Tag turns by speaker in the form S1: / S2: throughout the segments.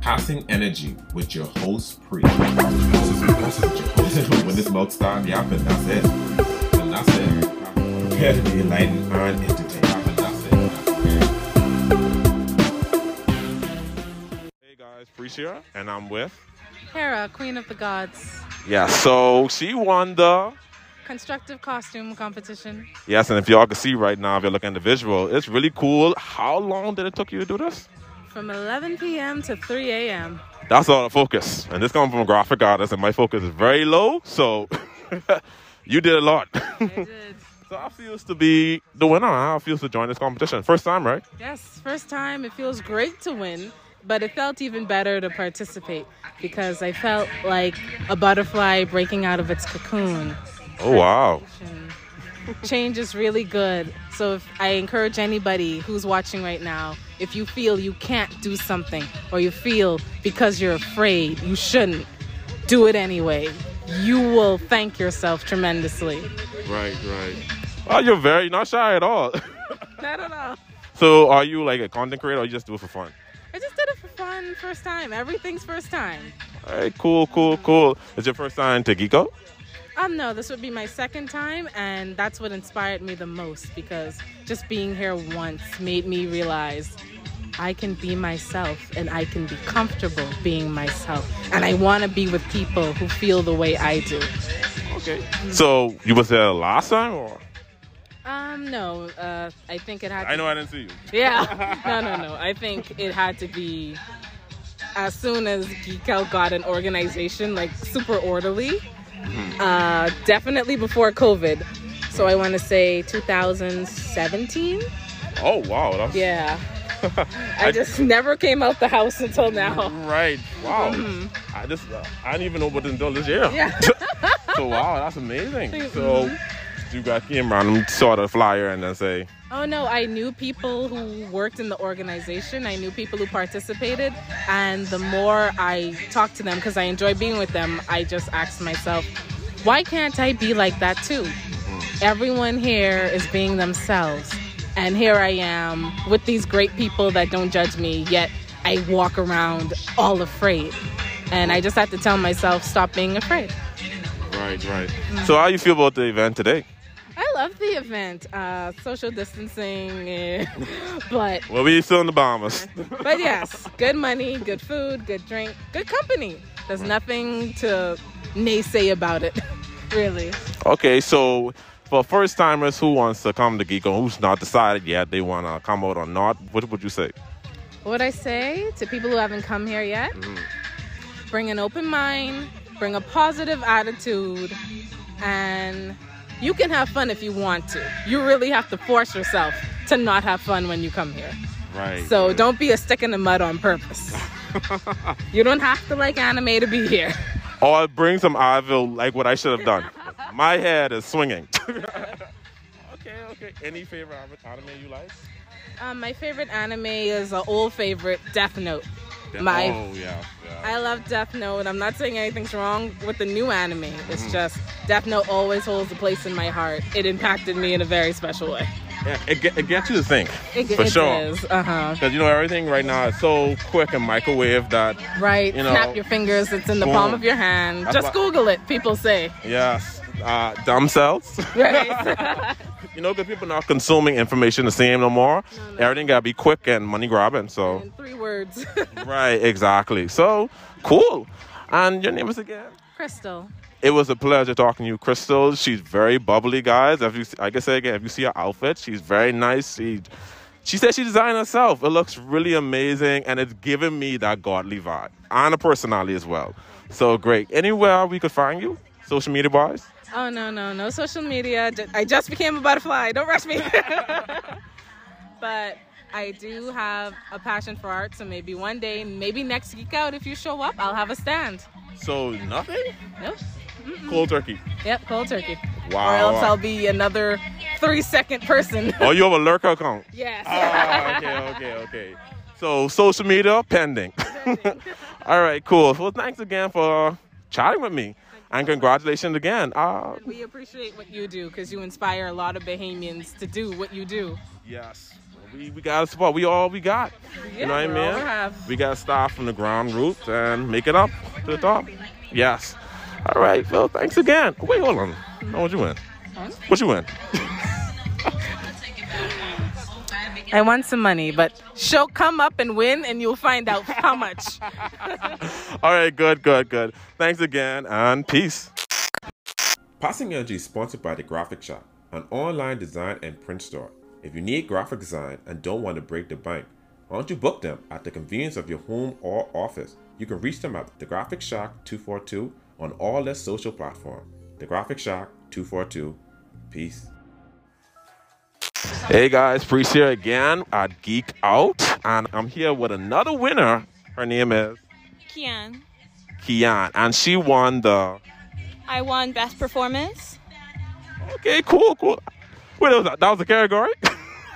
S1: Passing Energy with your host, Pre. when this milk starts yapping, that's it. And that's it. Prepare to be enlightened, earned, entertained. And that's it. Hey guys, Preach here, and I'm with.
S2: Hera, Queen of the Gods,
S1: Yeah, so she won the.
S2: constructive costume competition.
S1: Yes, and if y'all can see right now, if you're looking at the visual, it's really cool. How long did it took you to do this?
S2: From 11 p.m. to 3 a.m.
S1: That's a lot of focus. And this coming from a graphic artist, and my focus is very low, so you did a lot.
S2: I did.
S1: so I feels to be the winner. I feels to join this competition. First time, right?
S2: Yes, first time. It feels great to win, but it felt even better to participate because I felt like a butterfly breaking out of its cocoon.
S1: Oh, wow.
S2: And Change is really good. So if I encourage anybody who's watching right now, if you feel you can't do something or you feel because you're afraid you shouldn't, do it anyway. You will thank yourself tremendously.
S1: Right, right. Oh, you're very not shy at all.
S2: Not at all.
S1: so are you like a content creator or you just do it for fun?
S2: I just did it for fun, first time. Everything's first time.
S1: All right, cool, cool, cool. It's your first time to Geeko?
S2: Um, no, this would be my second time, and that's what inspired me the most because just being here once made me realize I can be myself and I can be comfortable being myself. And I want to be with people who feel the way I do.
S1: Okay. So you was there last time or?
S2: Um, no, uh, I think it had to
S1: I know I didn't see you.
S2: Yeah. No, no, no. I think it had to be as soon as Geek Out got an organization like super orderly. Uh, definitely before COVID. So I want to say 2017.
S1: Oh wow, that's
S2: Yeah. I just never came out the house until now.
S1: Right. Wow. I just uh, I didn't even know what until this year.
S2: Mm-hmm. Yeah.
S1: so wow, that's amazing. So you got came around, saw the flyer, and then say,
S2: Oh no, I knew people who worked in the organization. I knew people who participated. And the more I talked to them, because I enjoy being with them, I just asked myself, why can't I be like that too? Everyone here is being themselves. And here I am with these great people that don't judge me, yet I walk around all afraid. And I just had to tell myself, stop being afraid.
S1: right, right. So how you feel about the event today?
S2: I love the event, uh, social distancing, eh, but
S1: Well, we still in the Bahamas.
S2: But yes, good money, good food, good drink, good company. There's nothing to naysay about it, really.
S1: okay, so for first timers who wants to come to Geeko, who's not decided yet they want to come out or not, what would you say?
S2: What I say to people who haven't come here yet bring an open mind, bring a positive attitude, and you can have fun if you want to. You really have to force yourself to not have fun when you come here.
S1: Right.
S2: So don't be a stick in the mud on purpose. you don't have to like anime to be here.
S1: Or bring some Advil, like what I should have done. My head is swinging. okay, okay. Any favorite anime you like?
S2: Um, my favorite anime is an old favorite, Death Note. My-
S1: oh yeah, yeah.
S2: I love Death Note. I'm not saying anything's wrong with the new anime.
S1: Mm-hmm.
S2: It's just Death Note always holds a place in my heart. It impacted me in a very special way.
S1: Yeah, it, get, it gets you to think
S2: It,
S1: for
S2: it
S1: sure.
S2: Uh huh.
S1: Because you know everything right now is so quick and microwave that
S2: Right.
S1: You know,
S2: Snap your fingers. It's in the
S1: boom.
S2: palm of your hand.
S1: That's
S2: just
S1: why-
S2: Google it. People say.
S1: yes, uh, dumb cells.
S2: Right.
S1: you know, because people not consuming information the same no more. Everything gotta be quick and money grabbing. So
S2: in three words.
S1: right, exactly. So cool. And your name is again.
S2: Crystal.
S1: It was a pleasure talking to you, Crystal. She's very bubbly, guys. If you, like I said again, if you see her outfit, she's very nice. She, she said she designed herself. It looks really amazing, and it's giving me that godly vibe and a personality as well. So great. Anywhere we could find you, social media wise.
S2: Oh no no no social media. Ju- I just became a butterfly. Don't rush me. but I do have a passion for art, so maybe one day, maybe next geek out if you show up, I'll have a stand.
S1: So nothing.
S2: Yep.
S1: Cold turkey.
S2: Yep. Cold turkey. Or
S1: Wow.
S2: else I'll be another three second person.
S1: Oh, you have a lurker account.
S2: yes.
S1: Ah, okay, okay, okay. So social media pending. All right, cool. Well, thanks again for chatting with me, and congratulations again. Uh,
S2: we appreciate what you do because you inspire a lot of Bahamians to do what you do.
S1: Yes. We, we got to support. We all we got.
S2: Yeah,
S1: you know what I
S2: we're all
S1: mean?
S2: we have.
S1: We got to start from the ground roots and make it up to the top. Yes. All right, Phil. Thanks again. Wait, hold on. How much you win?
S2: Huh?
S1: What you win?
S2: I want some money, but she'll come up and win, and you'll find out how much.
S1: All right, good, good, good. Thanks again and peace. Passing Energy is sponsored by The Graphic Shop, an online design and print store. If you need graphic design and don't want to break the bank, why don't you book them at the convenience of your home or office? You can reach them at The Graphic Shack 242 on all their social platforms. The Graphic Shack 242. Peace. Hey guys, Priest here again at Geek Out, and I'm here with another winner. Her name is
S3: Kian,
S1: Kian, and she won the.
S3: I won best performance.
S1: Okay, cool, cool. Wait, that was that was a category.
S3: I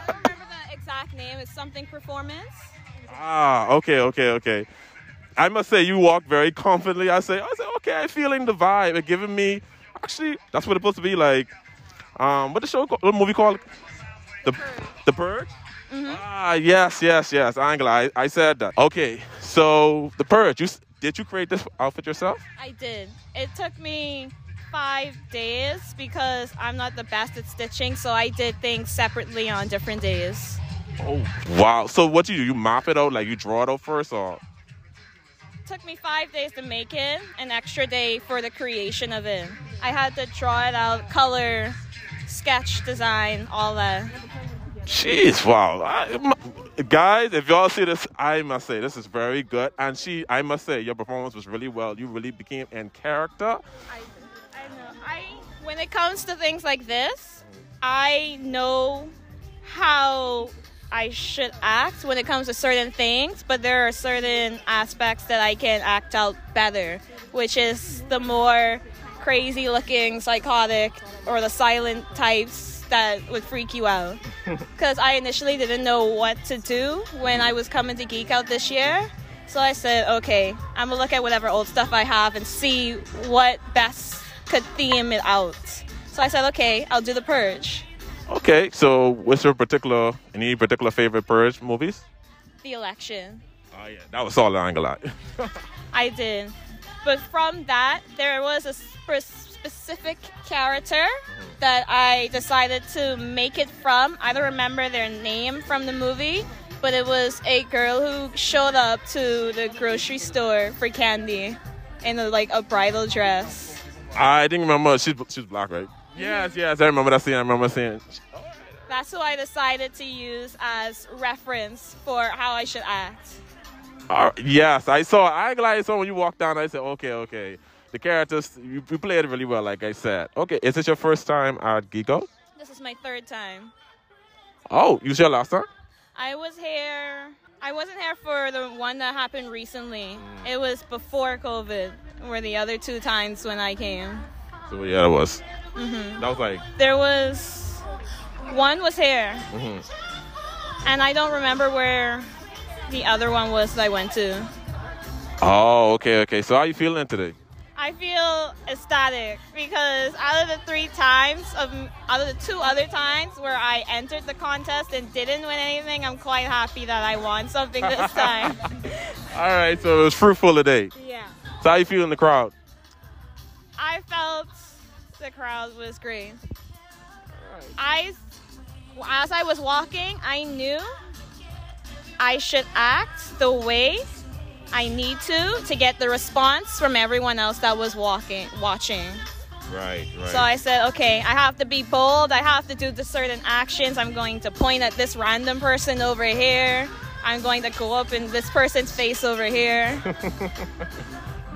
S3: don't remember the exact name. It's something performance.
S1: ah, okay, okay, okay. I must say, you walk very confidently. I say, I say, okay, I'm feeling the vibe. It's giving me. Actually, that's what it's supposed to be like. Um, what the show, called, what movie called? The The Purge. Ah, yes, yes, yes. Angela, I, I said that. Okay, so The Purge. You s- did you create this outfit yourself?
S3: I did. It took me five days because I'm not the best at stitching, so I did things separately on different days.
S1: Oh, wow. So what do you do? You map it out, like you draw it out first, or?
S3: took me five days to make it, an extra day for the creation of it. I had to draw it out, color, sketch, design, all that.
S1: Jeez, wow. I, m- guys, if y'all see this, I must say this is very good. And she, I must say, your performance was really well. You really became in character.
S3: I, I know. I when it comes to things like this, I know how I should act when it comes to certain things, but there are certain aspects that I can act out better, which is the more crazy looking, psychotic, or the silent types that would freak you out. Because I initially didn't know what to do when I was coming to Geek Out this year. So I said, okay, I'm gonna look at whatever old stuff I have and see what best could theme it out. So I said, okay, I'll do the purge,
S1: Okay, so what's your particular, any particular favorite Purge movies?
S3: the election.
S1: Oh, yeah, that was solid angle. I-
S3: I did. But from that, there was a sp- specific character that I decided to make it from. I don't remember their name from the movie, but it was a girl who showed up to the grocery store for candy in a, like a bridal dress.
S1: I didn't remember. She's, she's black, right? Yes, yes, I remember that scene. I remember seeing.
S3: That's who I decided to use as reference for how I should act.
S1: Uh, yes, I saw. I glad I saw when you walked down. I said, okay, okay. The characters, you, you played really well, like I said. Okay, is this your first time at Geek Out?
S3: This is my third time.
S1: Oh, you was your last time?
S3: I was here. I wasn't here for the one that happened recently. It was before COVID, were the other two times when I came.
S1: So yeah, that was. That was like
S3: There was one was here,
S1: mhm.
S3: and I don't remember where the other one was that I went to.
S1: Oh, okay, okay. So how you feeling today?
S3: I feel ecstatic because out of the three times of out of the two other times where I entered the contest and didn't win anything, I'm quite happy that I won something this time.
S1: All right, so it was fruitful today.
S3: yeah.
S1: So how you feeling in the crowd?
S3: I felt the crowd was great. I as I was walking, I knew I should act the way I need to to get the response from everyone else that was walking watching.
S1: Right, right.
S3: So I said, okay, I have to be bold. I have to do the certain actions. I'm going to point at this random person over here. I'm going to go up in this person's face over here.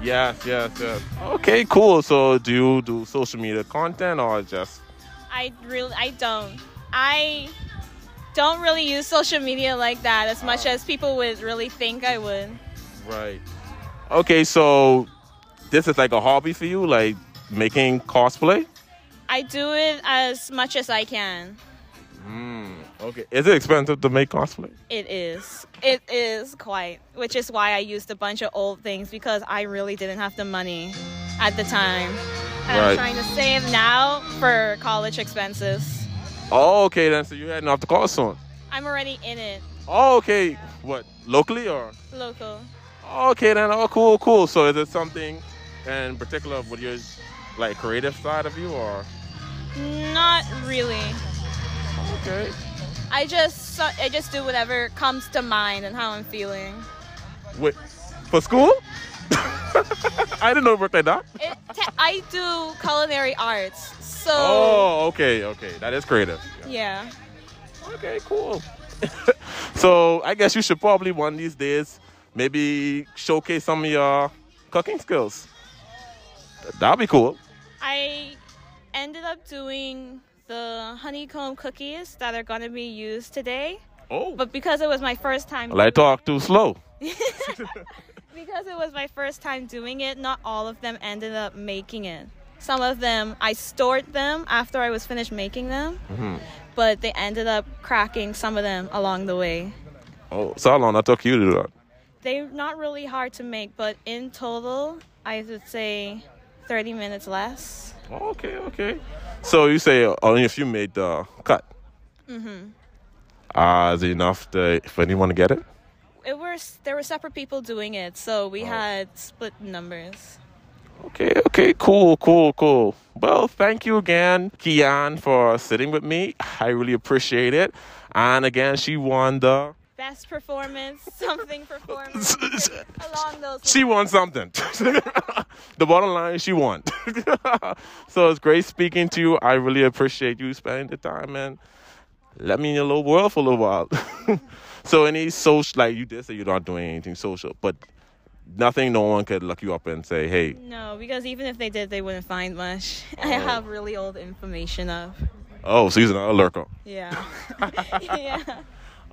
S1: yes, yes, yes. Okay, cool. So do you do social media content or just?
S3: I really, I don't. I don't really use social media like that as much as people would really think I would.
S1: Right. Okay, so this is like a hobby for you, like making cosplay.
S3: I do it as much as I can.
S1: Mm, okay. Is it expensive to make cosplay?
S3: It is. It is quite, which is why I used a bunch of old things because I really didn't have the money at the time. And
S1: Right.
S3: I'm trying to save now for college expenses.
S1: Oh, okay then. So you're heading off to college soon.
S3: I'm already in it,
S1: Oh, okay. What locally or?
S3: local.
S1: Okay, then. Oh, cool, cool. So is it something in particular with your like creative side of you, or?
S3: Not really.
S1: Okay.
S3: I just so- I just do whatever comes to mind and how I'm feeling.
S1: Wait, for school? I didn't know it worked like that.
S3: It, te- I do culinary arts, so
S1: Oh, okay, okay. That is creative.
S3: yeah.
S1: Okay, cool. so I guess you should probably one of these days maybe showcase some of your cooking skills. That'd be cool.
S3: I ended up doing the honeycomb cookies that are gonna be used today,
S1: Oh,
S3: but because it was my first time,
S1: well, I talk too slow.
S3: because it was my first time doing it, not all of them ended up making it. Some of them I stored them after I was finished making them, but they ended up cracking some of them along the way.
S1: Oh, so how long that took you to do that?
S3: They're not really hard to make, but in total, I would say 30 minutes less.
S1: Okay, okay. So you say only if you made the cut. Mm-hmm. Uh, is it enough to, if anyone to get it?
S3: It was there were separate people doing it, so we had split numbers.
S1: Okay, okay, cool, cool, cool. Well, thank you again, Kian, for sitting with me. I really appreciate it. And again, she won the.
S3: Best performance, something performance along those.
S1: She won something. the bottom line, she won. so it's great speaking to you. I really appreciate you spending the time and let me in your little world for a little while. so any social, like you did say, you're not doing anything social, but nothing. No one could look you up and say, "Hey,
S3: No, because even if they did, they wouldn't find much. I have really old information up.
S1: oh, so he's another lurker."
S3: Yeah. yeah.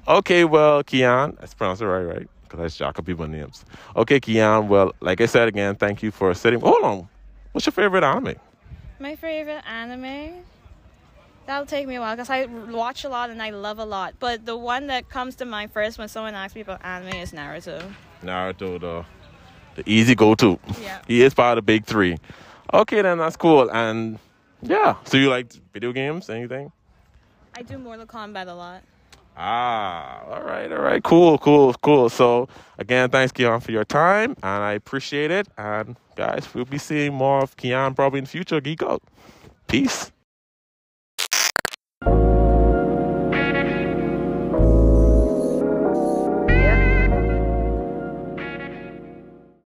S1: Okay, well, Kian, that's pronounced it right, right? Because I shock up people names. Okay, Kian, well, like I said again, thank you for sitting. Hold on. What's your favorite anime?
S3: My favorite anime. That'll take me a while because I watch a lot and I love a lot. But the one that comes to mind first when someone asks me about anime is Naruto.
S1: Naruto, the, the easy go to.
S3: Yeah.
S1: He is part of the big three. Okay, then that's cool. And yeah, so you like video games? Anything?
S3: I do Mortal Kombat a lot.
S1: Ah, all right, all right. Cool, cool, cool. So again, thanks, Kian, for your time. And I appreciate it. And guys, we'll be seeing more of Kian probably in the future. Geek out. Peace.